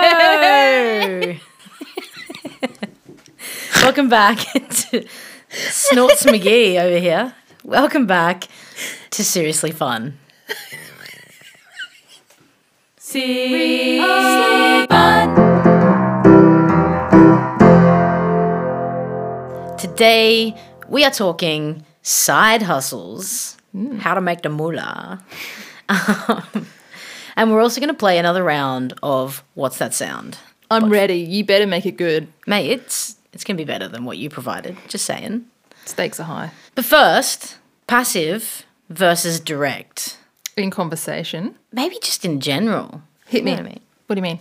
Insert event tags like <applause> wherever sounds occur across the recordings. Hello. Welcome back <laughs> to Snorts McGee over here. Welcome back to Seriously Fun. Today we are talking side hustles, how to make the moolah. Um, and we're also going to play another round of What's That Sound? I'm ready. You better make it good. Mate, it's, it's going to be better than what you provided, just saying. Stakes are high. But first, passive versus direct. In conversation. Maybe just in general. Hit me. You know what I mean? What do you mean?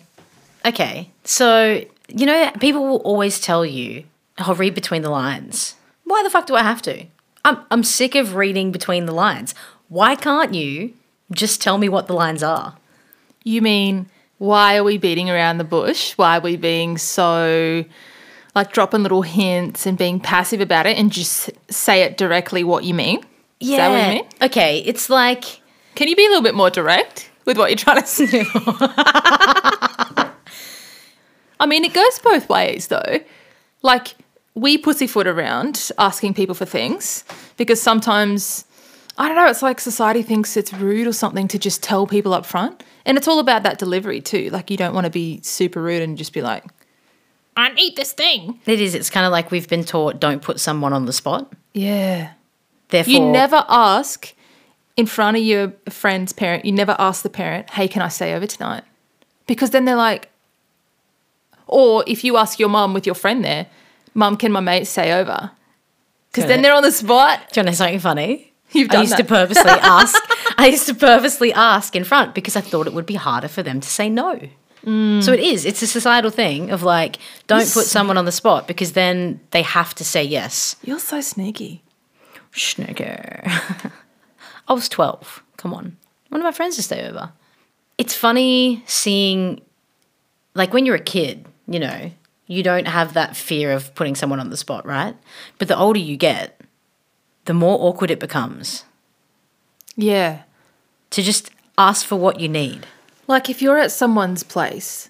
Okay. So, you know, people will always tell you, oh, read between the lines. Why the fuck do I have to? I'm, I'm sick of reading between the lines. Why can't you just tell me what the lines are? You mean why are we beating around the bush? Why are we being so like dropping little hints and being passive about it and just say it directly what you mean? Yeah. that what you mean? Okay. It's like, Can you be a little bit more direct with what you're trying to say? I mean, it goes both ways though. Like, we pussyfoot around asking people for things because sometimes, I don't know, it's like society thinks it's rude or something to just tell people up front. And it's all about that delivery too. Like, you don't want to be super rude and just be like, I need this thing. it is. It's kind of like we've been taught don't put someone on the spot. Yeah. Therefore, You never ask in front of your friend's parent, you never ask the parent, hey, can I stay over tonight? Because then they're like, or if you ask your mum with your friend there, mum, can my mate stay over? Because Got then it. they're on the spot. Do you want to know something funny? You've I done used to that. <laughs> purposely ask. I used to purposely ask in front because I thought it would be harder for them to say no. Mm. So it is. It's a societal thing of like, don't put someone on the spot because then they have to say yes. You're so sneaky. Schnooker. <laughs> I was 12. Come on. One of my friends to stay over. It's funny seeing, like, when you're a kid, you know, you don't have that fear of putting someone on the spot, right? But the older you get, the more awkward it becomes Yeah. to just ask for what you need. Like if you're at someone's place,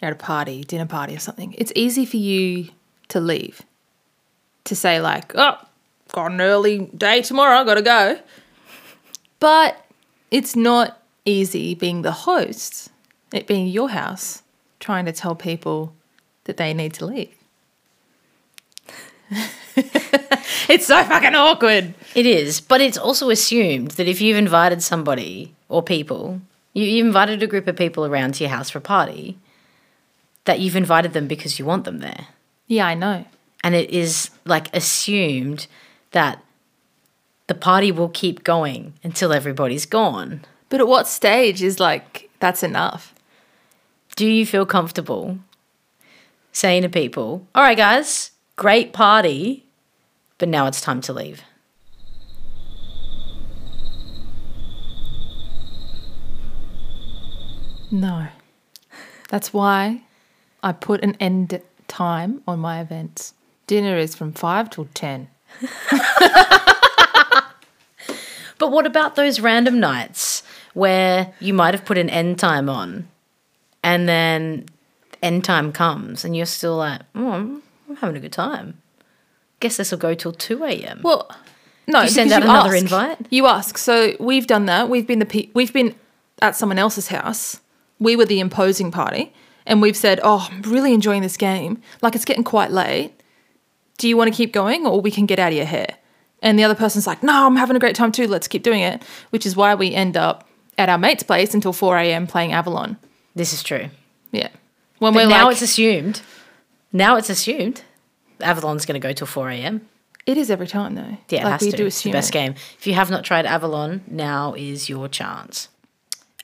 you're at a party, dinner party or something, it's easy for you to leave. To say like, oh, got an early day tomorrow, gotta go. But it's not easy being the host, it being your house, trying to tell people that they need to leave. <laughs> it's so fucking awkward. It is, but it's also assumed that if you've invited somebody or people, you, you invited a group of people around to your house for a party, that you've invited them because you want them there. Yeah, I know. and it is like assumed that the party will keep going until everybody's gone. But at what stage is like, that's enough? Do you feel comfortable saying to people, "All right, guys, great party, but now it's time to leave"? No. That's why I put an end time on my events. Dinner is from 5 till 10. But what about those random nights where you might have put an end time on, and then end time comes, and you're still like, "Oh, I'm I'm having a good time. Guess this will go till two a.m." Well, no, you send because out another ask. invite? You ask. So we've done that. We've been the pe- we've been at someone else's house. We were the imposing party, and we've said, "Oh, I'm really enjoying this game. Like it's getting quite late. Do you want to keep going, or we can get out of your hair?" And the other person's like, "No, I'm having a great time too. Let's keep doing it." Which is why we end up at our mate's place until 4 a.m. playing Avalon. This is true. Yeah. When But we're now like, it's assumed. Now it's assumed. Avalon's going to go till 4 a.m. it is every time though. Yeah, it like has we to. do it's the assume. best it. game. If you have not tried Avalon, now is your chance.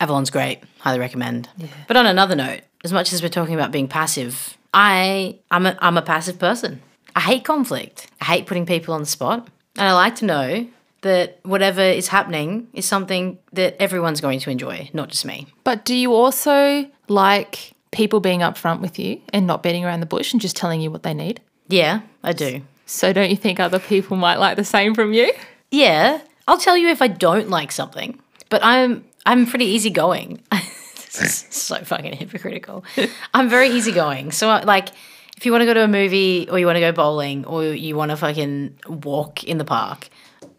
Avalon's great. Highly recommend. But on another note, as much as we're talking about being passive, I I'm a, I'm a passive person. I hate conflict. I hate putting people on the spot, and I like to know that whatever is happening is something that everyone's going to enjoy, not just me. But do you also like people being upfront with you and not beating around the bush and just telling you what they need? Yeah, I do. So don't you think other people might like the same from you? Yeah, I'll tell you if I don't like something. But I'm I'm pretty easygoing. <laughs> so fucking hypocritical. I'm very easygoing. So, I- like, if you want to go to a movie or you want to go bowling or you want to fucking walk in the park,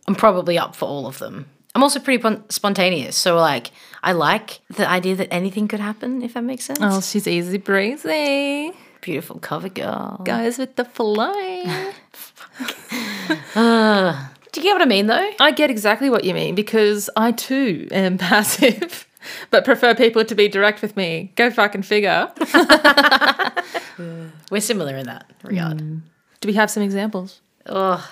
I'm probably up for all of them. I'm also pretty pon- spontaneous. So, like, I like the idea that anything could happen, if that makes sense. Oh, she's easy breezy. Beautiful cover girl. Goes with the flow. Do you get what I mean, though? <laughs> I get exactly what you mean because I too am <laughs> passive, but prefer people to be direct with me. Go fucking figure. We're similar in that regard. Do we have some examples? Oh,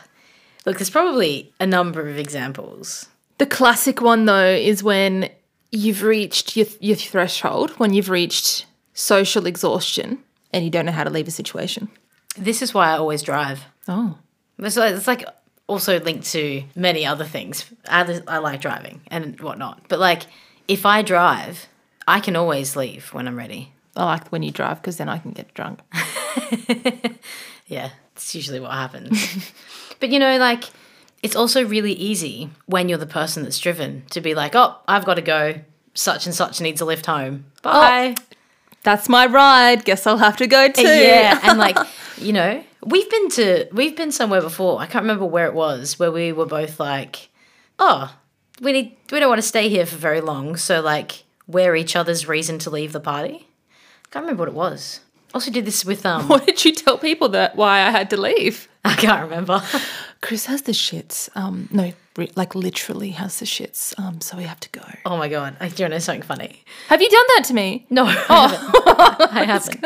look, there's probably a number of examples. The classic one though is when you've reached your, your threshold, when you've reached social exhaustion and you don't know how to leave a situation. This is why I always drive. Oh. It's like, it's like also linked to many other things. I, li- I like driving and whatnot. But like, if I drive, I can always leave when I'm ready. I like when you drive because then I can get drunk. Yeah, it's usually what happens. but you know, like, it's also really easy when you're the person that's driven to be like, oh, I've got to go. Such and such needs a lift home. Bye. That's my ride. Guess I'll have to go too. Yeah, and like you know, we've been to we've been somewhere before. I can't remember where it was where we were both like, oh, we need we don't want to stay here for very long. So like, we're each other's reason to leave the party. I can't remember what it was. Also did this with um <laughs> What did you tell people that why I had to leave? <laughs> I can't remember. Chris has the shits. Um, no, re- like literally has the shits. Um, so we have to go. Oh my god, I do you know something funny. Have you done that to me? No, Oh. I haven't. <laughs> I haven't.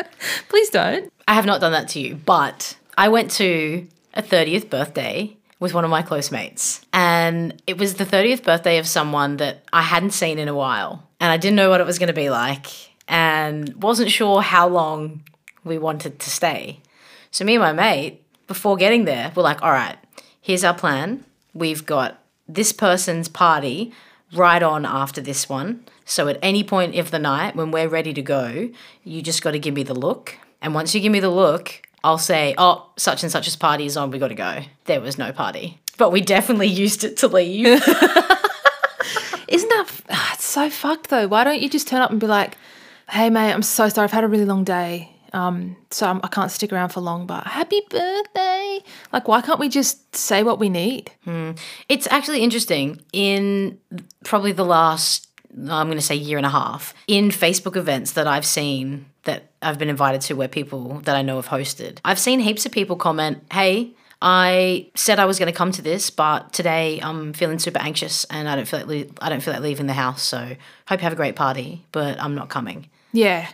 Please don't. I have not done that to you, but I went to a 30th birthday with one of my close mates. And it was the 30th birthday of someone that I hadn't seen in a while. And I didn't know what it was going to be like and wasn't sure how long we wanted to stay. So, me and my mate, before getting there, were like, all right, here's our plan. We've got this person's party right on after this one. So at any point of the night when we're ready to go, you just got to give me the look. And once you give me the look, I'll say, oh, such and such's party is on, we got to go. There was no party. But we definitely <laughs> used it to leave. Isn't that f- ah, it's so fucked though? Why don't you just turn up and be like, "Hey mate, I'm so sorry. I've had a really long day. Um, so I'm, I can't stick around for long. But happy birthday! Like, why can't we just say what we need? it's actually interesting. In probably the last, I'm going to say year and a half, in Facebook events that I've seen that I've been invited to where people that I know have hosted, I've seen heaps of people comment, hey, I said I was going to come to this, but today I'm feeling super anxious and I don't feel like le- I don't feel like leaving the house. So hope you have a great party, but I'm not coming. Yeah,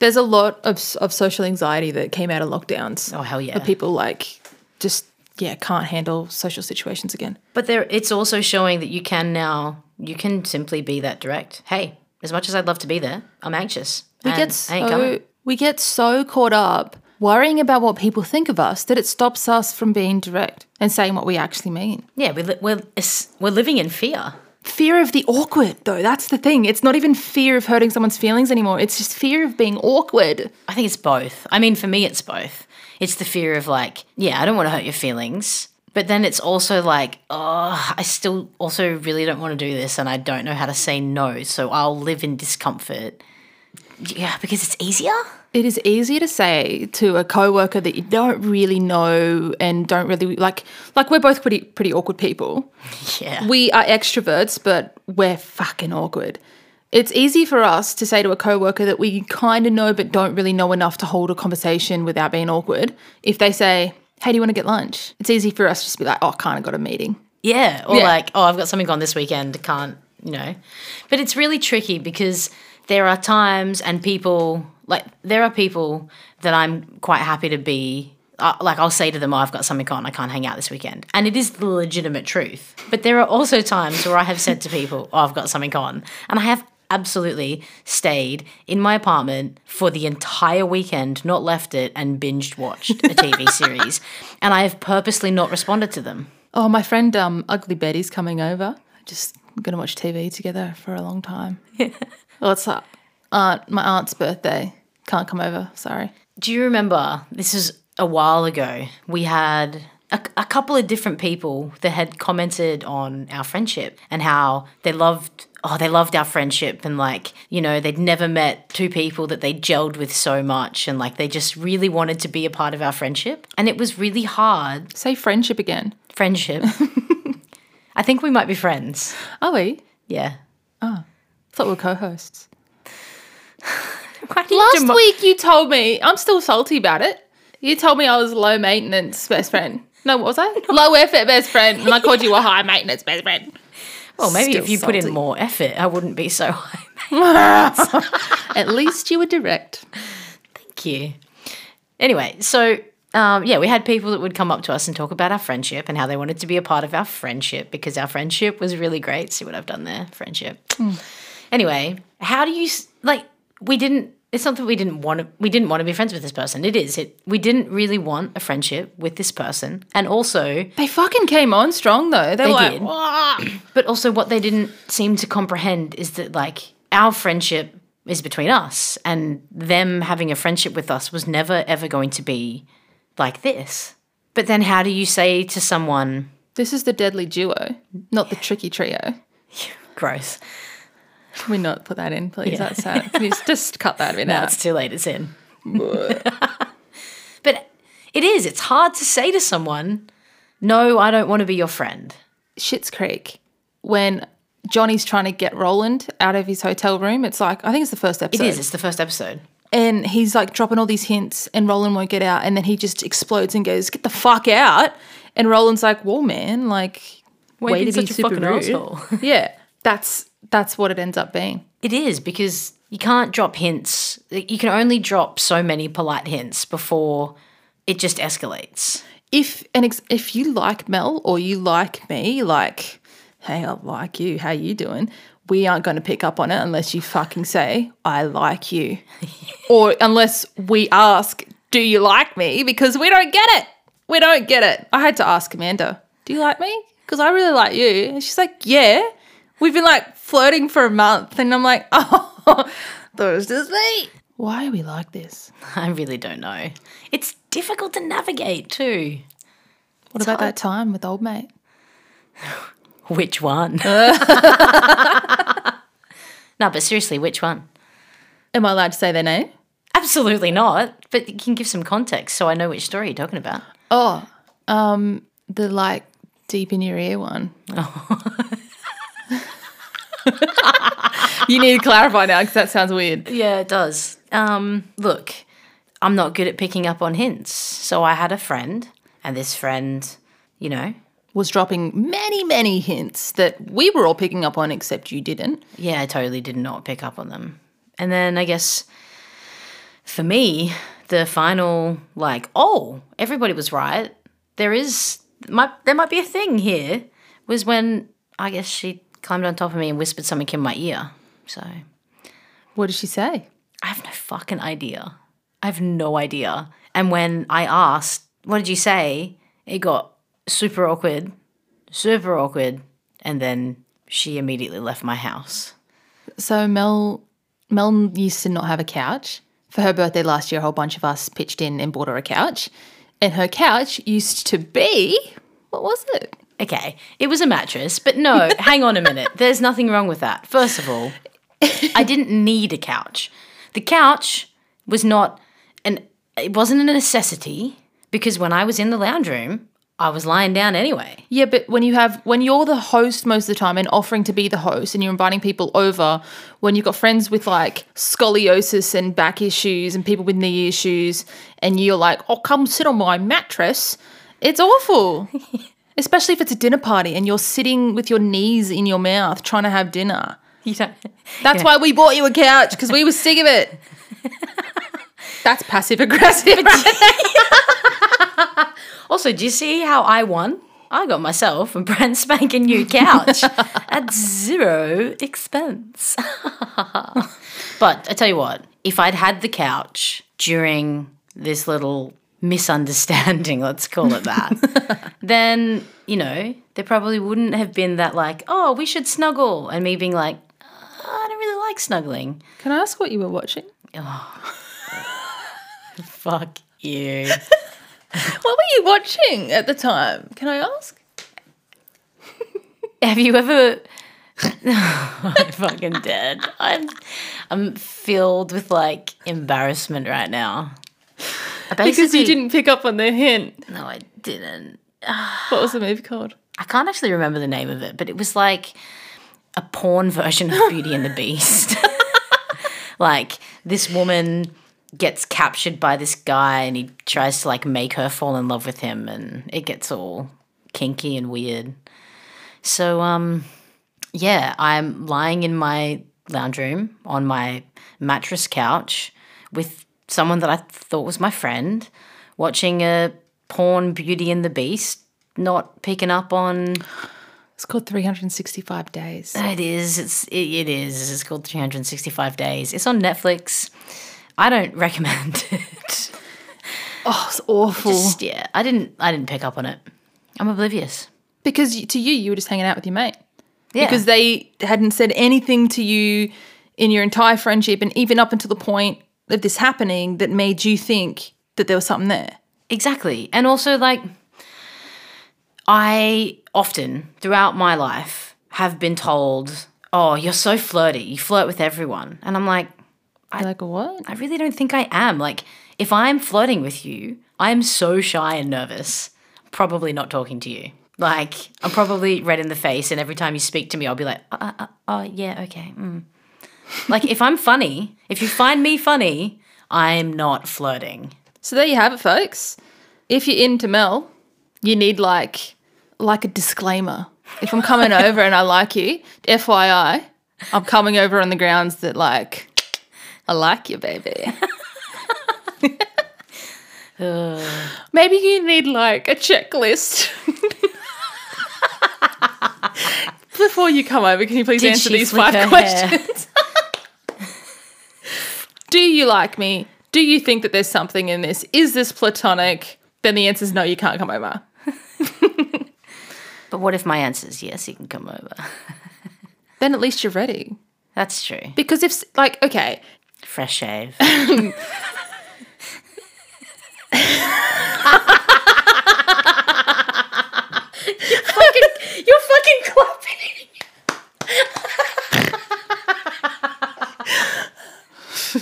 there's a lot of s- of social anxiety that came out of lockdowns. Oh hell yeah! Of people like just yeah can't handle social situations again. But there, it's also showing that you can now. You can simply be that direct. Hey, as much as I'd love to be there, I'm anxious. We and get I ain't coming. so we get so caught up worrying about what people think of us that it stops us from being direct and saying what we actually mean. Yeah, we li- we're it's- we're living in fear. Fear of the awkward, though, that's the thing. It's not even fear of hurting someone's feelings anymore. It's just fear of being awkward. I think it's both. I mean, for me, it's both. It's the fear of like, yeah, I don't want to hurt your feelings, but then it's also like, oh, I still also really don't want to do this, and I don't know how to say no, so I'll live in discomfort. Yeah, because it's easier. It is easier to say to a coworker that you don't really know and don't really like like we're both pretty pretty awkward people. Yeah, we are extroverts, but we're fucking awkward. It's easy for us to say to a coworker that we kind of know but don't really know enough to hold a conversation without being awkward. If they say, "Hey, do you want to get lunch?" It's easy for us to just be like, "Oh, kind of got a meeting." yeah, or Yeah. like, oh, I've got something on this weekend, can't you know? But it's really tricky because there are times and people like there are people that I'm quite happy to be uh, like I'll say to them, oh, I've got something on, I can't hang out this weekend. And it is the legitimate truth. But there are also times where I have said to people, oh, I've got something on. And I have absolutely stayed in my apartment for the entire weekend, not left it, and binged watched a TV series. And I have purposely not responded to them. Oh, my friend um, Ugly Betty's coming over. Just gonna watch TV together for a long <laughs> time. What's up? Aunt, my aunt's birthday. Can't come over. Sorry. Do you remember? This is a while ago. We had a, a couple of different people that had commented on our friendship and how they loved oh, they loved our friendship and like, you know, they'd never met two people that they gelled with so much and like they just really wanted to be a part of our friendship. And it was really hard. Say friendship again. Friendship. <laughs> I think we might be friends. Are Oh, we? Yeah. Thought we were co-hosts. Why do you Last demo- week you told me I'm still salty about it. You told me I was low maintenance best friend. No, what was <laughs> I? Low effort best friend, and I called you a high maintenance best friend. Well, maybe Still if you put in salty. more effort, I wouldn't be so <laughs> high. At least you were direct. Thank you. Anyway, so um, yeah, we had people that would come up to us and talk about our friendship and how they wanted to be a part of our friendship because our friendship was really great. See what I've done there? Friendship. Anyway, how do you s- like? We didn't. It's not that we didn't want to. We didn't want to be friends with this person. It is. It. We didn't really want a friendship with this person, and also They fucking came on strong though. They, were like, did. "Wah." <clears throat> But also, what they didn't seem to comprehend is that, like, our friendship is between us, and them having a friendship with us was never, ever going to be like this. But then, how do you say to someone, this is the deadly duo, not the tricky trio. gross? Can we not put that in, please? That's sad. Can you just, just cut that bit out? That's too late, it's in. <laughs> but it is, it's hard to say to someone, no, I don't want to be your friend. Shits Creek when Johnny's trying to get Roland out of his hotel room. It's like I think it's the first It episode. is. it's the first episode. and he's like dropping all these hints, and Roland won't get out, and then he just explodes and goes, "Get the fuck out!" And Roland's like, "Whoa, man! Like, way, being to be such a super fucking rude." asshole. <laughs> yeah, that's that's what it ends up being. It is because you can't drop hints. You can only drop so many polite hints before it just escalates. <laughs> If and ex- if you like Mel or you like me, like, hey, I like you. How you doing? We aren't going to pick up on it unless you fucking say I like <laughs> you, or unless we ask, do you like me? Because we don't get it. We don't get it. I had to ask Amanda, do you like me? Because I really like you, and she's like, yeah. We've been like flirting for a month, and I'm like, <laughs> oh, thought it was just me. Why are we like this? I really don't know. It's difficult to navigate too. What about that time with old mate? Which <laughs> one? no, but seriously, which one? Am I allowed to say their name? Absolutely not. But you can give some context so I know which story you're talking about. Oh, um, the like deep in your ear one. you need to clarify now because that sounds weird. Yeah, it does. Um, look, I'm not good at picking up on hints. So I had a friend, and this friend, you know, Was dropping many, many hints that we were all picking up on, except you didn't. Yeah, I totally did not pick up on them. And then I guess for me, the final like, oh, everybody was right. There is might there might be a thing here was when I guess she climbed on top of me and whispered something in my ear. So I What did she say? have no fucking idea. I have no idea. And when I asked, what did you say? It got super awkward. Super awkward. And then she immediately left my house. So Mel, Mel used to not have a couch. For her birthday last year, a whole bunch of us pitched in and bought her a couch, and her couch used to be what was it? Okay, it was a mattress, but <laughs> no, hang on a minute. There's nothing wrong with that. First of all, I didn't need a couch. The couch was not an it wasn't a necessity because when I was in the lounge room, I was lying down anyway. Yeah, but when you have when you're the host most of the time and offering to be the host and you're inviting people over, when you've got friends with like scoliosis and back issues and people with knee issues and you're like, "Oh, come sit on my mattress." It's <laughs> awful. Especially if it's a dinner party and you're sitting with your knees in your mouth trying to have dinner. You don't That's why we bought you a couch because we were sick of <laughs> it. That's passive aggressive. <laughs> Also, do you see how I won? I got myself a brand spanking new couch at zero expense. <laughs> but I tell you what, if I'd had the couch during this little misunderstanding, <laughs> let's call it that, then, you know, there probably wouldn't have been that, like, oh, we should snuggle. And me being like, "Oh, I don't really like snuggling. Can I ask what you were watching? Fuck you. What were you watching at the time? Can I ask? have you ever <laughs> I'm fucking dead. I'm I'm filled with like embarrassment right now. I Because you basically- didn't pick up on the hint. No, I didn't. What was the movie called? I can't actually remember the name of it, but it was like a porn version of Beauty and the Beast. <laughs> like this woman gets captured by this guy and he tries to like make her fall in love with him and it gets all kinky and weird. So um yeah, I'm lying in my lounge room on my mattress couch with someone that I thought was my friend watching a porn Beauty and the Beast, not picking up on It's called 365 Days. it is. It's it, it is. It's called 365 Days. It's on Netflix. I don't <laughs> recommend it. Oh, it's awful. Just, yeah, I didn't. I didn't pick up on it. I'm oblivious. because you, to you, you were just hanging out with your mate. Yeah. Because they hadn't said anything to you in your entire friendship and even up until the point of this happening that made you think that there was something there. Exactly. And also, like, I often throughout my life have been told, oh, you're so flirty. You flirt with everyone. And I'm like, You're like, what? I really don't think I am. Like, if I'm flirting with you, I'm so shy and nervous. Probably not talking to you. Like, I'm probably red in the face, and every time you speak to me, I'll be like, oh, uh, uh, oh yeah, okay. Mm. Like, if I'm funny, if you find me funny, I'm not flirting. So there you have it, folks. If you're into Mel, you need like like a disclaimer. If I'm coming <laughs> over and I like you, FYI, I'm coming over on the grounds that like I like you, <laughs> baby. Maybe you need like a checklist. <laughs> Before you come over, can you please Did answer she these flick five her hair? questions? <laughs> Do you like me? Do you think that there's something in this? Is this platonic? Then the answer is no, you can't come over. But what if my answer is yes, you can come over? Then at least you're ready. That's true. Because if, s- like, <laughs> okay, Fresh shave. you're fucking clapping.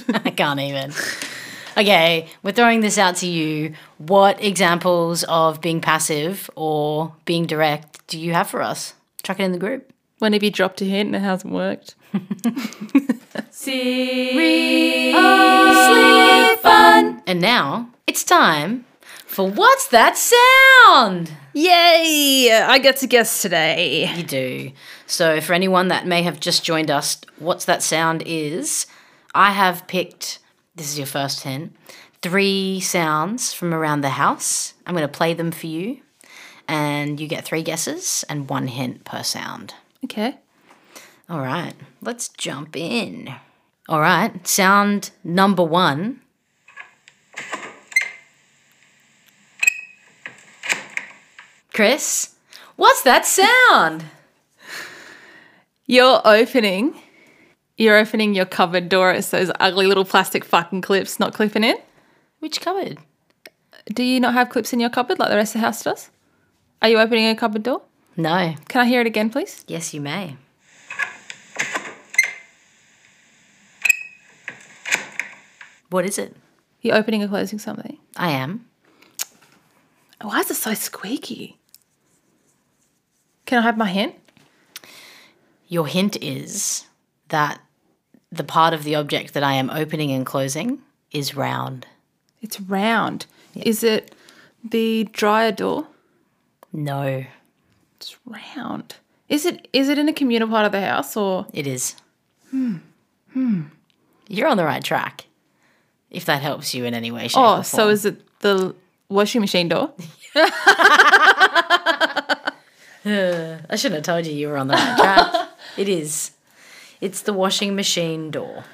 <laughs> I can't even. Okay, we're throwing this out to you. What examples of being passive or being direct do you have for us? Chuck it in the group. When have you dropped a hint and it hasn't <laughs> worked? And now it's time for What's That Sound? Yay! I get to guess today. You do. So, for anyone that may have just joined us, What's That Sound is I have picked, this is your first hint, three sounds from around the house. I'm going to play them for you, and you get three guesses and one hint per sound. Okay. All right, let's jump in. All right, sound number one. Chris, what's that sound? You're opening. You're opening your cupboard door. It's those ugly little plastic fucking clips not clipping in. Which cupboard? Do you not have clips in your cupboard like the rest of the house does? Are you opening a cupboard door? No. Can I hear it again, please? Yes, you may. What is it? You're opening or closing something. I am. Why is it so squeaky? Can I have my hint? Your hint is that the part of the object that I am opening and closing is round. It's round. Is it the dryer door? No, It's round. Is it is it in a communal part of the house or it is. Hmm. Hmm. You're on the right track. If that helps you in any way, shape, Oh, or so form. is it the washing machine door? I shouldn't have told you you were on the right <laughs> track. it is. It's the washing machine door.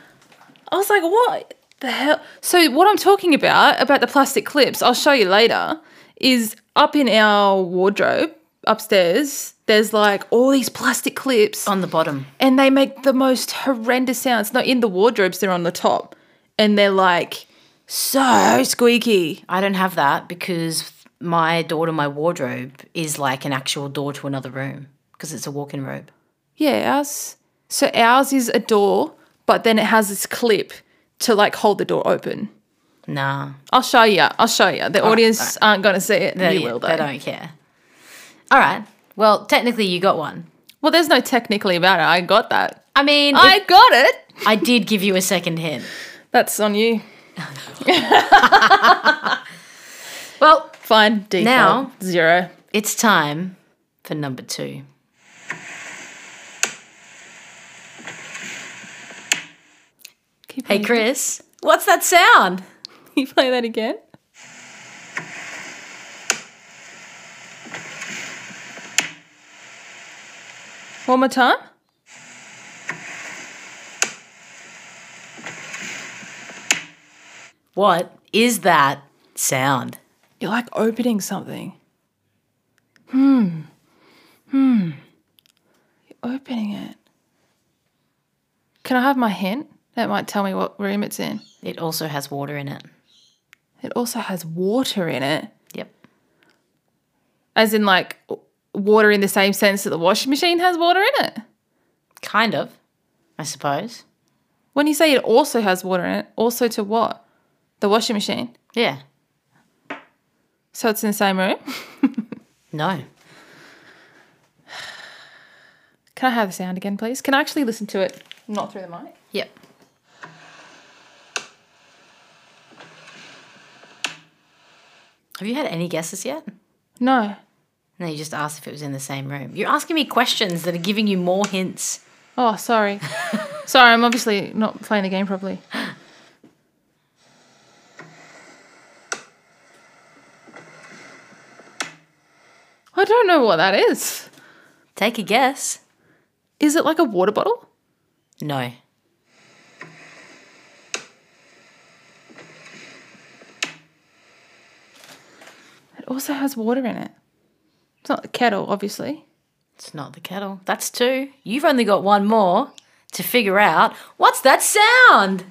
I was like, what the hell? So what I'm talking about about the plastic clips, I'll show you later, is up in our wardrobe upstairs. There's like all these plastic clips, On the bottom. and they make the most horrendous sounds. No, in the wardrobes, they're on the top, and they're like so squeaky. I don't have that because my door to my wardrobe is like an actual door to another room because it's a walk in robe. Yeah, ours. So ours is a door, but then it has this clip to like hold the door open. Nah. I'll show you. I'll show you. Oh, The audience aren't going to see it. They, you will They though. don't care. All right. Well, technically, you got one. Well, there's no technically about it. I got that. I mean, if- I got it. I did give you a second hint. That's on you. Well, Fine. Default. Now- zero. it's time for number two. Keep Hey, Chris, what's that sound? <laughs> you play that again? One more time. What is that sound? You're like opening something. Hmm. Hmm. You're opening it. Can I have my hint? That might tell me what room it's in. It also has water in it. It also has water in it. Yep. As in, like, w- water in the same sense that the washing machine has water in it. Kind of, I suppose. When you say it also has water in it, also to what? The washing machine. Yeah. So it's in the same room. No. <laughs> Can I have the sound again, please? Can I actually listen to it? Not through the mic. Yep. Have you had any guesses yet? No. No, you just asked if it was in the same room. You're asking me questions that are giving you more hints. Oh, <laughs> sorry. sorry, I'm obviously not playing the game properly. I don't know what that is. Take a guess. Is it like a water bottle? No. It also has water in it. It's not a kettle, obviously. It's not the kettle. That's two. You've only got one more to figure out. What's that sound?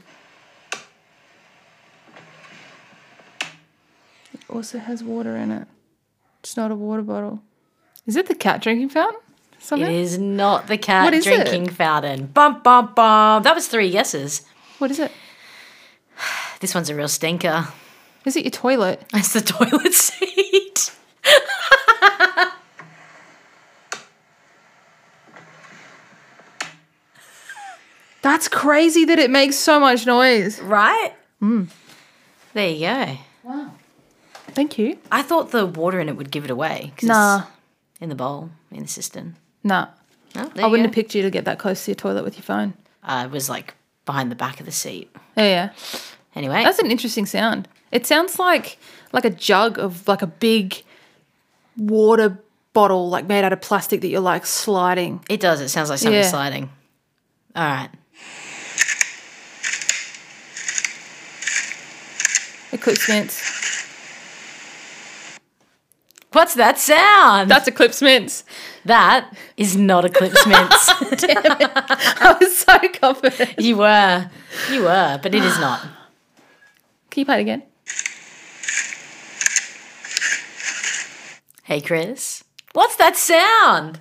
It also has water in it. It's not a water bottle. Is it the cat drinking fountain? It Something? is not the cat Uh-huh. What is it? drinking fountain. Bum bum bum. That was three guesses. What is it? This one's a real stinker. <laughs> Is it your toilet? That's the toilet <laughs> seat. That's crazy that it makes so much noise. Right? Mm. There you go. Thank you. I thought the water in it would give it away. 'cause it's Nah, in the bowl, in the cistern. nah. Oh, there I you wouldn't go. have picked you to get that close to your toilet with your phone. I was like behind the back of the seat. Yeah, yeah. Anyway, That's an interesting sound. It sounds like like a jug of like a big water bottle, like made out of plastic that you're like sliding. it does. It sounds like something Yeah. sliding. All right. Eclipse mints. What's that sound? That's eclipse mints. <laughs> That is not Eclipse Mints. I was so confident. you were. You were, but it is not. Can you play it again? Hey, Chris. What's that sound?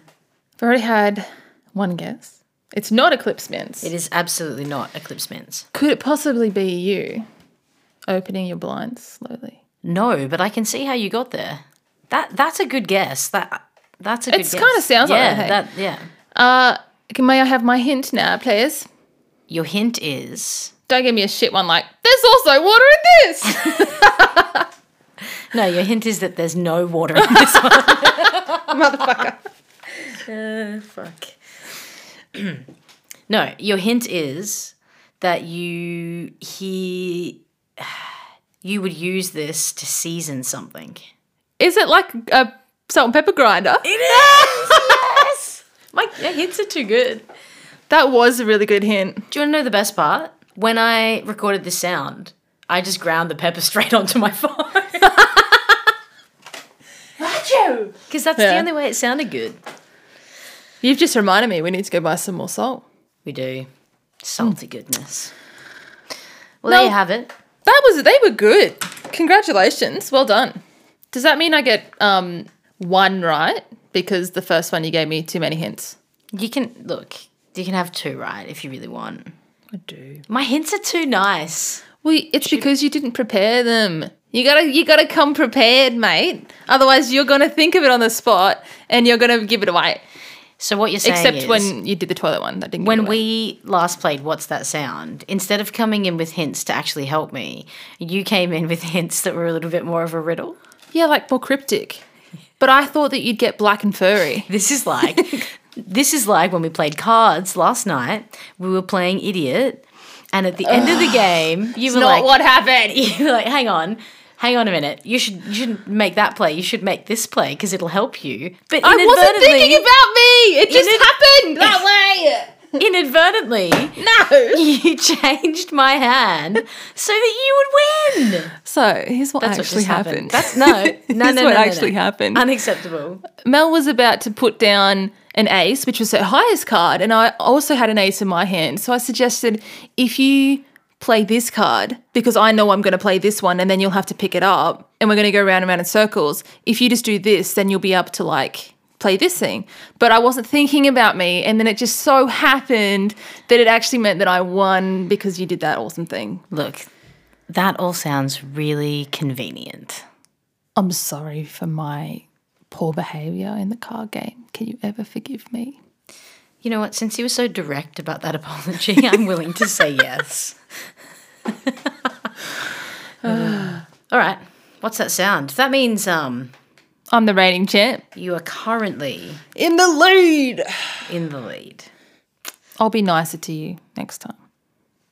I've already had one guess. It's not eclipse mints. It is absolutely not Eclipse Mints. Could it possibly be you opening your blinds slowly? No, but I can see how you got there. That That's a good guess. That That's a good It's guess. kinda sounds like yeah, that, hey? that. Yeah. Uh, can- may I have my hint now, please? Your hint is. Don't give me a shit one like, there's also water in this. No, your hint is that there's no water <laughs> in this one. Motherfucker. Oh, fuck. no, your hint is that you he you would use this to season something. Is it like a salt and pepper grinder? It is. <laughs> yes. My your hints are too good. That was a really good hint. Do you want to know the best part? When I recorded this sound, I just ground the pepper <laughs> straight onto my phone. Because that's the Yeah. only way it sounded good. You've just reminded me we need to go buy some more salt. We do. Salty goodness. Hmm. Well, No. there you have it. That was they were good. Congratulations. Well done. Does that mean I get um one right? Because the first one you gave me too many hints. You can look. You can have two, right? If you really want. I do. My hints are too nice. Well, it's because you didn't prepare them. You gotta, you gotta come prepared, mate. Otherwise, you're gonna think of it on the spot and you're gonna give it away. So what you're saying Except is, when you did the toilet one, that didn't. give it when away. we last played What's That Sound, instead of coming in with hints to actually help me, you came in with <laughs> hints that were a little bit more of a riddle. yeah, like more cryptic. But I thought that you'd get black <laughs> and furry. This is like this is like when we played cards last night. We were playing idiot, and at the end of the game, you were like, what <laughs> happened. you were like, hang on. Hang on a minute. You should you shouldn't make that play. You should make this play because it'll help you. But <laughs> I wasn't inadvertently, thinking about me. It just did- happened that way. <laughs> inadvertently, <laughs> No. you <laughs> changed my hand so that you would win. So here's what That's what actually just happened. happened. That's <laughs> <laughs> no, no, Here's no, what no, no, actually no. happened. Unacceptable. Mel was about to put down an ace, which was her highest card, and I also had an ace in my hand. So I suggested if you play this card, because I know I'm going to play this one, and then you'll have to pick it up, and we're going to go round and round in circles. If you just do this, then you'll be able to like play this thing. But I wasn't thinking about me, and then it just so happened that it actually meant that I won because you did that awesome thing. Look, that all sounds really convenient. I'm sorry for my poor behavior in the card game. Can you ever forgive me? You know what? Since you were so direct about that <laughs> apology, I'm willing to say yes. <laughs> all right. What's that sound? That means um, I'm the reigning champ. you are currently in the lead. in the lead. I'll be nicer to you next time.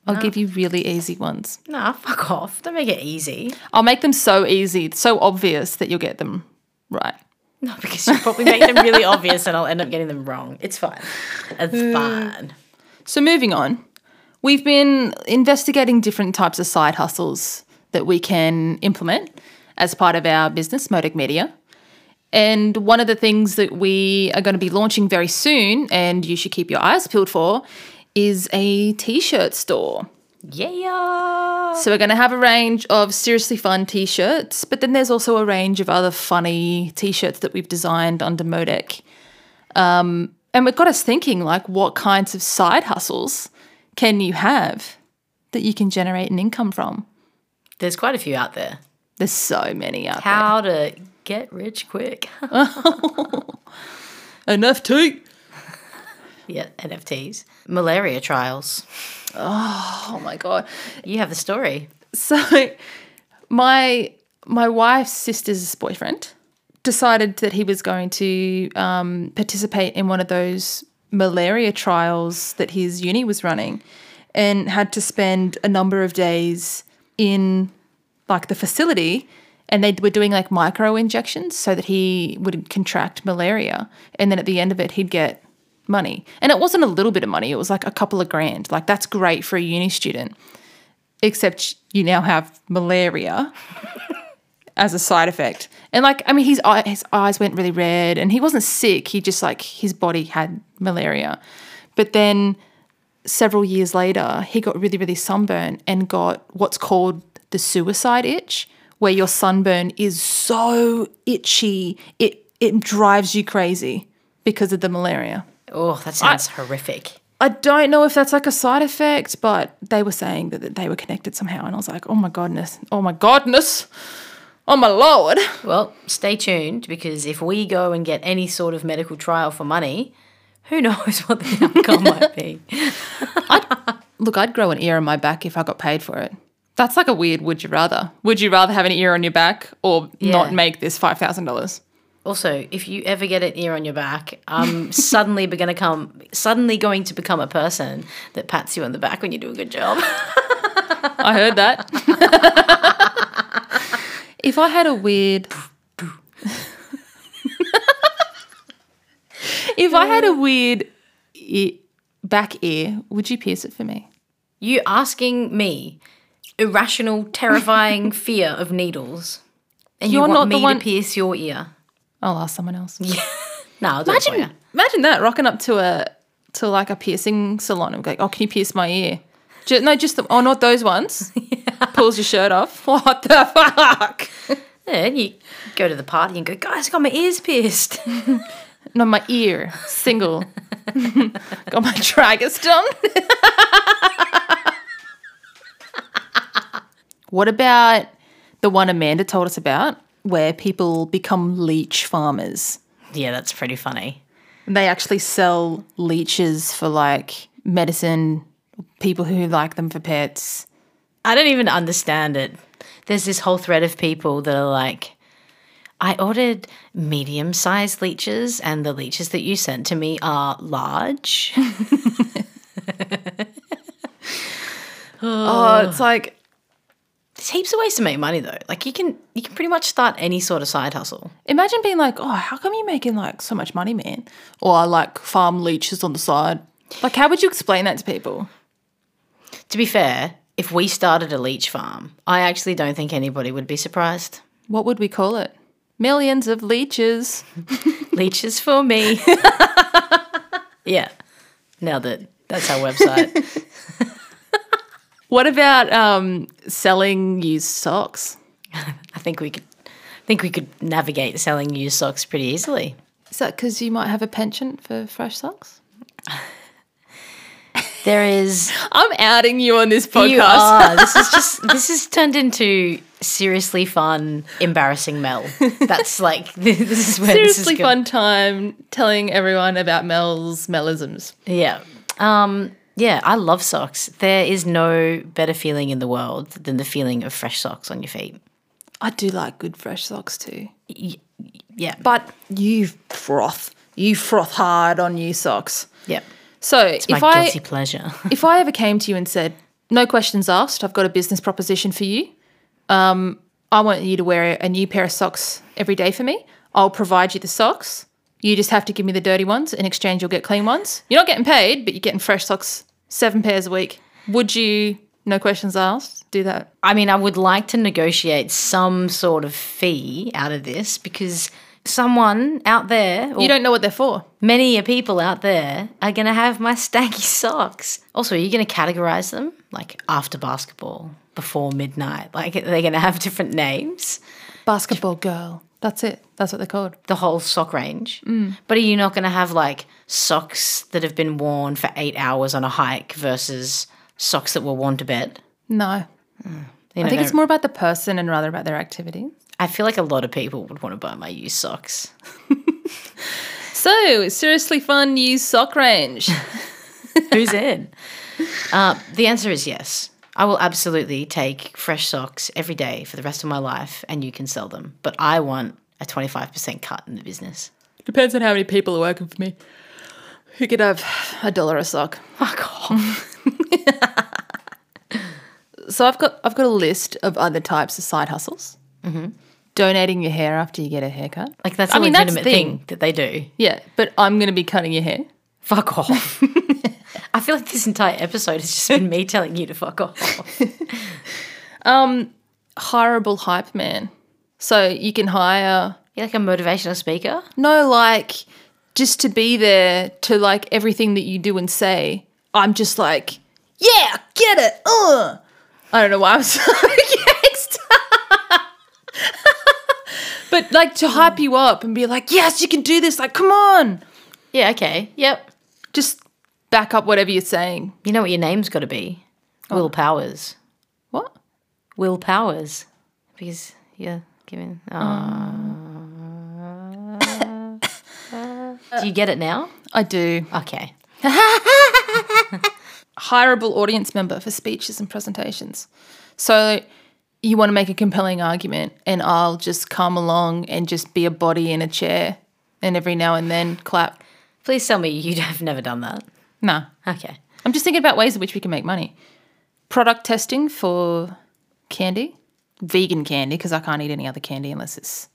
I'll give you really easy ones. Nah, fuck off. Don't make it easy. I'll make them so easy, it's so obvious that you'll get them right. No, because you probably make them really obvious and I'll end up getting them wrong. It's fine. It's fine. So, moving on, we've been investigating different types of side hustles that we can implement as part of our business, Modic Media. And one of the things that we are going to be launching very soon, and you should keep your eyes peeled for, is a t shirt store. Yeah. So we're going to have a range of seriously fun t-shirts, but then there's also a range of other funny t-shirts that we've designed under Modec. Um, and it got us thinking, like, what kinds of side hustles can you have that you can generate an income from? There's quite a few out there. There's so many out How to get rich quick. <laughs> there. Enough tea. yeah, NFTs. Malaria trials. Oh my god. You have the story. So my my wife's sister's boyfriend decided that he was going to um, participate in one of those malaria trials that his uni was running and had to spend a number of days in like the facility and they were doing like micro injections so that he would contract malaria and then at the end of it he'd get money and it wasn't a little bit of money it was like a couple of grand like that's great for a uni student except you now have malaria <laughs> as a side effect. And like, I mean, his eye, his eyes went really red, and he wasn't sick. He just like his body had malaria. But then several years later, he got really, really sunburned and got what's called the suicide itch, where your sunburn is so itchy it it drives you crazy because of the malaria. Oh, that sounds horrific. I don't know if that's like a side effect, but they were saying that, that they were connected somehow. And I was like, oh my godness, oh my godness, oh my lord. Well, stay tuned because if we go and get any sort of medical trial for money, who <laughs> knows what the outcome might <laughs> be. Look, I'd grow an ear on my back if I got paid for it. That's like a weird would you rather. Would you rather have an ear on your back or Yeah. not make this $5,000? Also, if you ever get an ear on your back, I'm suddenly going to come, suddenly going to become a person that pats you on the back when you do a good job. <laughs> I heard that. if I had a weird. <laughs> if I had a weird e- back ear, would you pierce it for me? You asking me irrational, <laughs> terrifying fear of needles, and you You're want not the me one- to pierce your ear? I'll ask someone else. No, I'll do it for Imagine, imagine that rocking up to a to like a piercing salon and going, "Oh, can you pierce my ear?" Ju- no, just the, oh, not those <laughs> ones. Pulls your shirt off. <laughs> What the fuck? ya. Yeah, and you go to the party and go, guys, I got my ears pierced. <laughs> No, my ear. <laughs> Single. Got my tragus done. <laughs> what about the one Amanda told us about where people become leech farmers? Yeah, that's pretty funny. They actually sell leeches for like medicine, people who like them for pets. I don't even understand it. There's this whole thread of people that are like, I ordered medium sized leeches, and the leeches that you sent to me are large. <laughs> Oh, it's like There's heaps of ways to make money though. Like you can you can pretty much start any sort of side hustle. imagine being like, "Oh, how come you're making like so much money, man?" Or I like farm leeches on the side. Like how would you explain that to people? To be fair, if we started a leech farm, I actually don't think anybody would be surprised. <laughs> What would we call it? Millions of leeches. Leeches for me. <laughs> yeah. Nailed it. That's our website. What about um, selling used socks? I think we could I think we could navigate selling used socks pretty easily. Is that because you might have a penchant for fresh socks? There is I'm outing you on this podcast. You are. This <laughs> is just this is turned into seriously fun, embarrassing Mel. That's like <laughs> this is where this Seriously is going. fun time telling everyone about Mel's Melisms. Yeah. Um yeah, I love socks. There is no better feeling in the world than the feeling of fresh socks on your feet. I do like good fresh socks too. Y- yeah. But you froth. You froth hard on you socks. yeah. So My if I guilty pleasure. if I ever came to you and said, "No questions asked, I've got a business proposition for you. Um, I want you to wear a new pair of socks every day for me. I'll provide you the socks. You just have to give me the dirty ones. In exchange, you'll get clean ones. You're not getting paid, but you're getting fresh socks, seven pairs a week. Would you? No questions asked. Do that. I mean, I would like to negotiate some sort of fee out of this because someone out there or You don't know what they're for. many a people out there are going to have my <laughs> stanky socks. Also, are you going to categorize them like after basketball, before midnight? Like they're going to have different names, Basketball girl. That's it. That's what they're called. the whole sock range. Mm. But are you not going to have like socks that have been worn for eight hours on a hike versus socks that were worn to bed? No. You I know, think it's they're- more about the person and rather about their activities. I feel like a lot of people would want to buy my used socks. So, seriously fun used sock range. Who's in? Uh, the answer is yes. I will absolutely take fresh socks every day for the rest of my life, and you can sell them. But I want a 25% cut in the business. <laughs> Depends on how many people are working for me. Who could have a dollar a sock? Fuck off. <laughs> So I've got I've got a list of other types of side hustles. Donating your hair after you get a haircut. Like, that's a I mean, that's legitimate the thing. that they do. Yeah, but I'm going to be cutting your hair. Fuck <laughs> off. I feel like this entire episode has just been me telling you to fuck off. Hireable hype man. So you can hire You're like a motivational speaker. no like just to be there to like everything that you do and say. I'm just like, yeah, get it. Uh. I don't know why I'm <laughs> so against. but like to hype you up and be like, yes, you can do this. Like, come on. Yeah, okay. Yep. Just back up whatever you're saying. You know what your name's got to be? Will Powers. What? Will Powers. Because you're giving. Uh, do you get it now? I do. Okay. Hireable audience member for speeches and presentations. So you want to make a compelling argument, and I'll just come along and just be a body in a chair and every now and then clap. Please tell me you <laughs> have never done that. Nah. Okay. I'm just thinking about ways in which we can make money. Product testing for candy, vegan candy, because I can't eat any other candy unless it's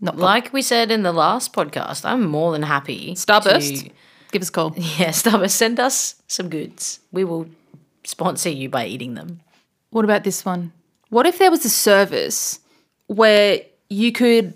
not like Like we said in the last podcast, I'm more than happy. Starburst. To, <laughs> Give us a call. yeah, Starburst, send us some goods. We will sponsor you by eating them. What about this one? What if there was a service where you could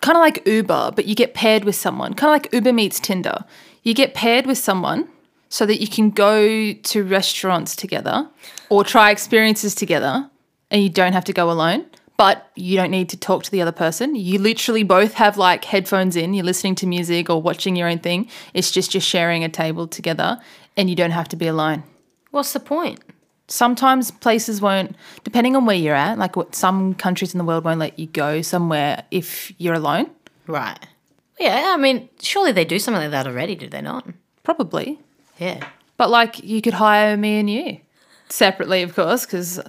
kind of like Uber, but you get paired with someone, kind of like Uber meets Tinder. You get paired with someone so that you can go to restaurants together or try experiences together and you don't have to go alone, but you don't need to talk to the other person. You literally both have like headphones in, you're listening to music or watching your own thing. It's just you're sharing a table together and you don't have to be alone. What's the point? Sometimes places won't, depending on where you're at, like what, some countries in the world won't let you go somewhere if you're alone. Right. Yeah, I mean, surely they do something like that already, do they not? Probably. Yeah. But like you could hire me and you separately, of course, because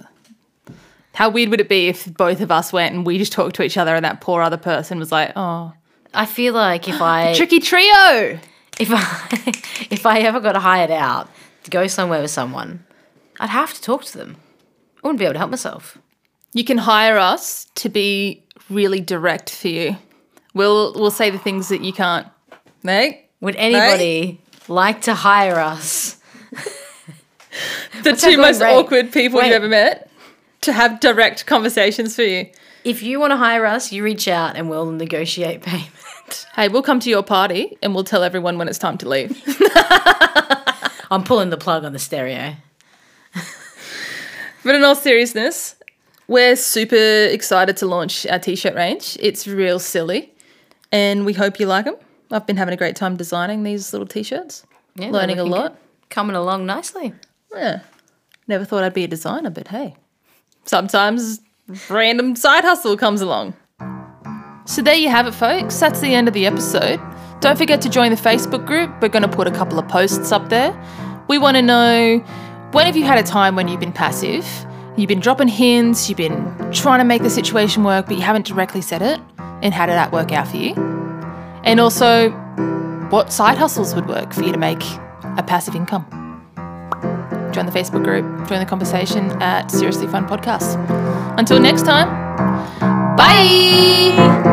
how weird would it be if both of us went and we just talked to each other and that poor other person was like, oh, I feel like if I tricky trio. if I <laughs> if I ever got hired out to go somewhere with someone, I'd have to talk to them. I wouldn't be able to help myself. You can hire us to be really direct for you. We'll we'll say the things that you can't. No, Would anybody like to hire us? the our two going most rate? awkward people Wait. you've ever met to have direct conversations for you. If you want to hire us, you reach out and we'll negotiate payment. <laughs> Hey, we'll come to your party and we'll tell everyone when it's time to leave. <laughs> I'm pulling the plug on the stereo. But in all seriousness, we're super excited to launch our t-shirt range. It's real silly, and we hope you like them. I've been having a great time designing these little t-shirts, Yeah, they're learning a looking lot. good. Coming along nicely. Yeah. Never thought I'd be a designer, but hey, sometimes random side hustle comes along. So there you have it, folks. That's the end of the episode. Don't forget to join the Facebook group. We're going to put a couple of posts up there. We want to know when have you had a time when you've been passive? You've been dropping hints, you've been trying to make the situation work, but you haven't directly said it. And how did that work out for you? And also, what side hustles would work for you to make a passive income? join the Facebook group, join the conversation at Seriously Fun Podcast. Until next time, bye.